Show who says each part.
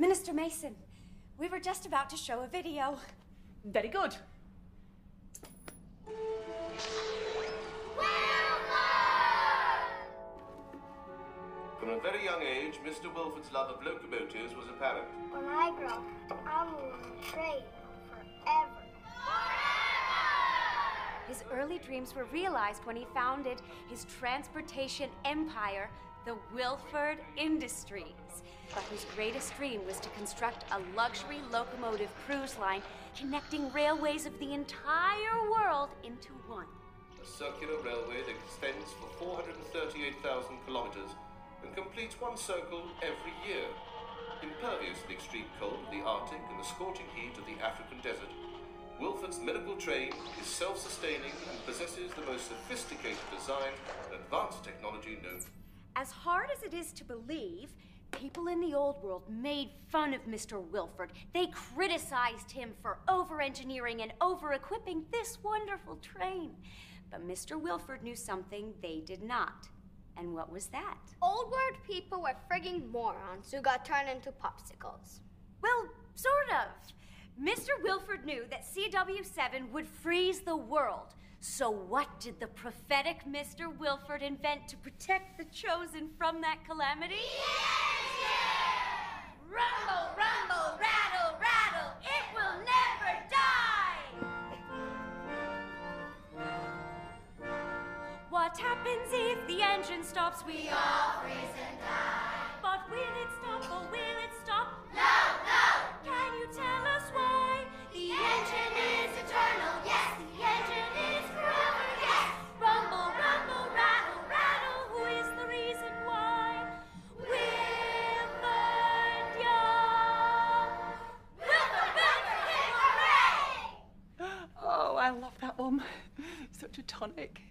Speaker 1: Mr. Mason, we were just about to show a video.
Speaker 2: Very good.
Speaker 3: From a very young age, Mr. Wilford's love of locomotives was apparent.
Speaker 4: When I grow up, I'm going to trade forever.
Speaker 1: His early dreams were realized when he founded his transportation empire, the Wilford Industries. But his greatest dream was to construct a luxury locomotive cruise line connecting railways of the entire world into one.
Speaker 3: A circular railway that extends for 438,000 kilometers and completes one circle every year. Impervious to the extreme cold of the Arctic and the scorching heat of the African desert, Wilford's miracle train is self sustaining and possesses the most sophisticated design and advanced technology known.
Speaker 1: As hard as it is to believe, people in the old world made fun of Mr. Wilford. They criticized him for over engineering and over equipping this wonderful train. But Mr. Wilford knew something they did not. And what was that?
Speaker 5: Old world people were frigging morons who got turned into popsicles.
Speaker 1: Well, sort of. Mr. Wilford knew that CW7 would freeze the world. So, what did the prophetic Mr. Wilford invent to protect the chosen from that calamity? Rumble, rumble, rattle, rattle, it will never die! What happens if the engine stops? We all freeze and die. But will it stop? Oh, will it stop? Can you tell us why? The engine is eternal, yes. The engine is forever, yes. Rumble, rumble, rattle, rattle. Who is the reason why? Wilford Young. Wilford, Wilford, hip hooray!
Speaker 2: Oh, I love that one. Such a tonic.